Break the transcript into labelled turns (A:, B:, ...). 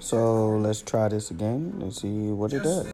A: So let's try this again and see what it does.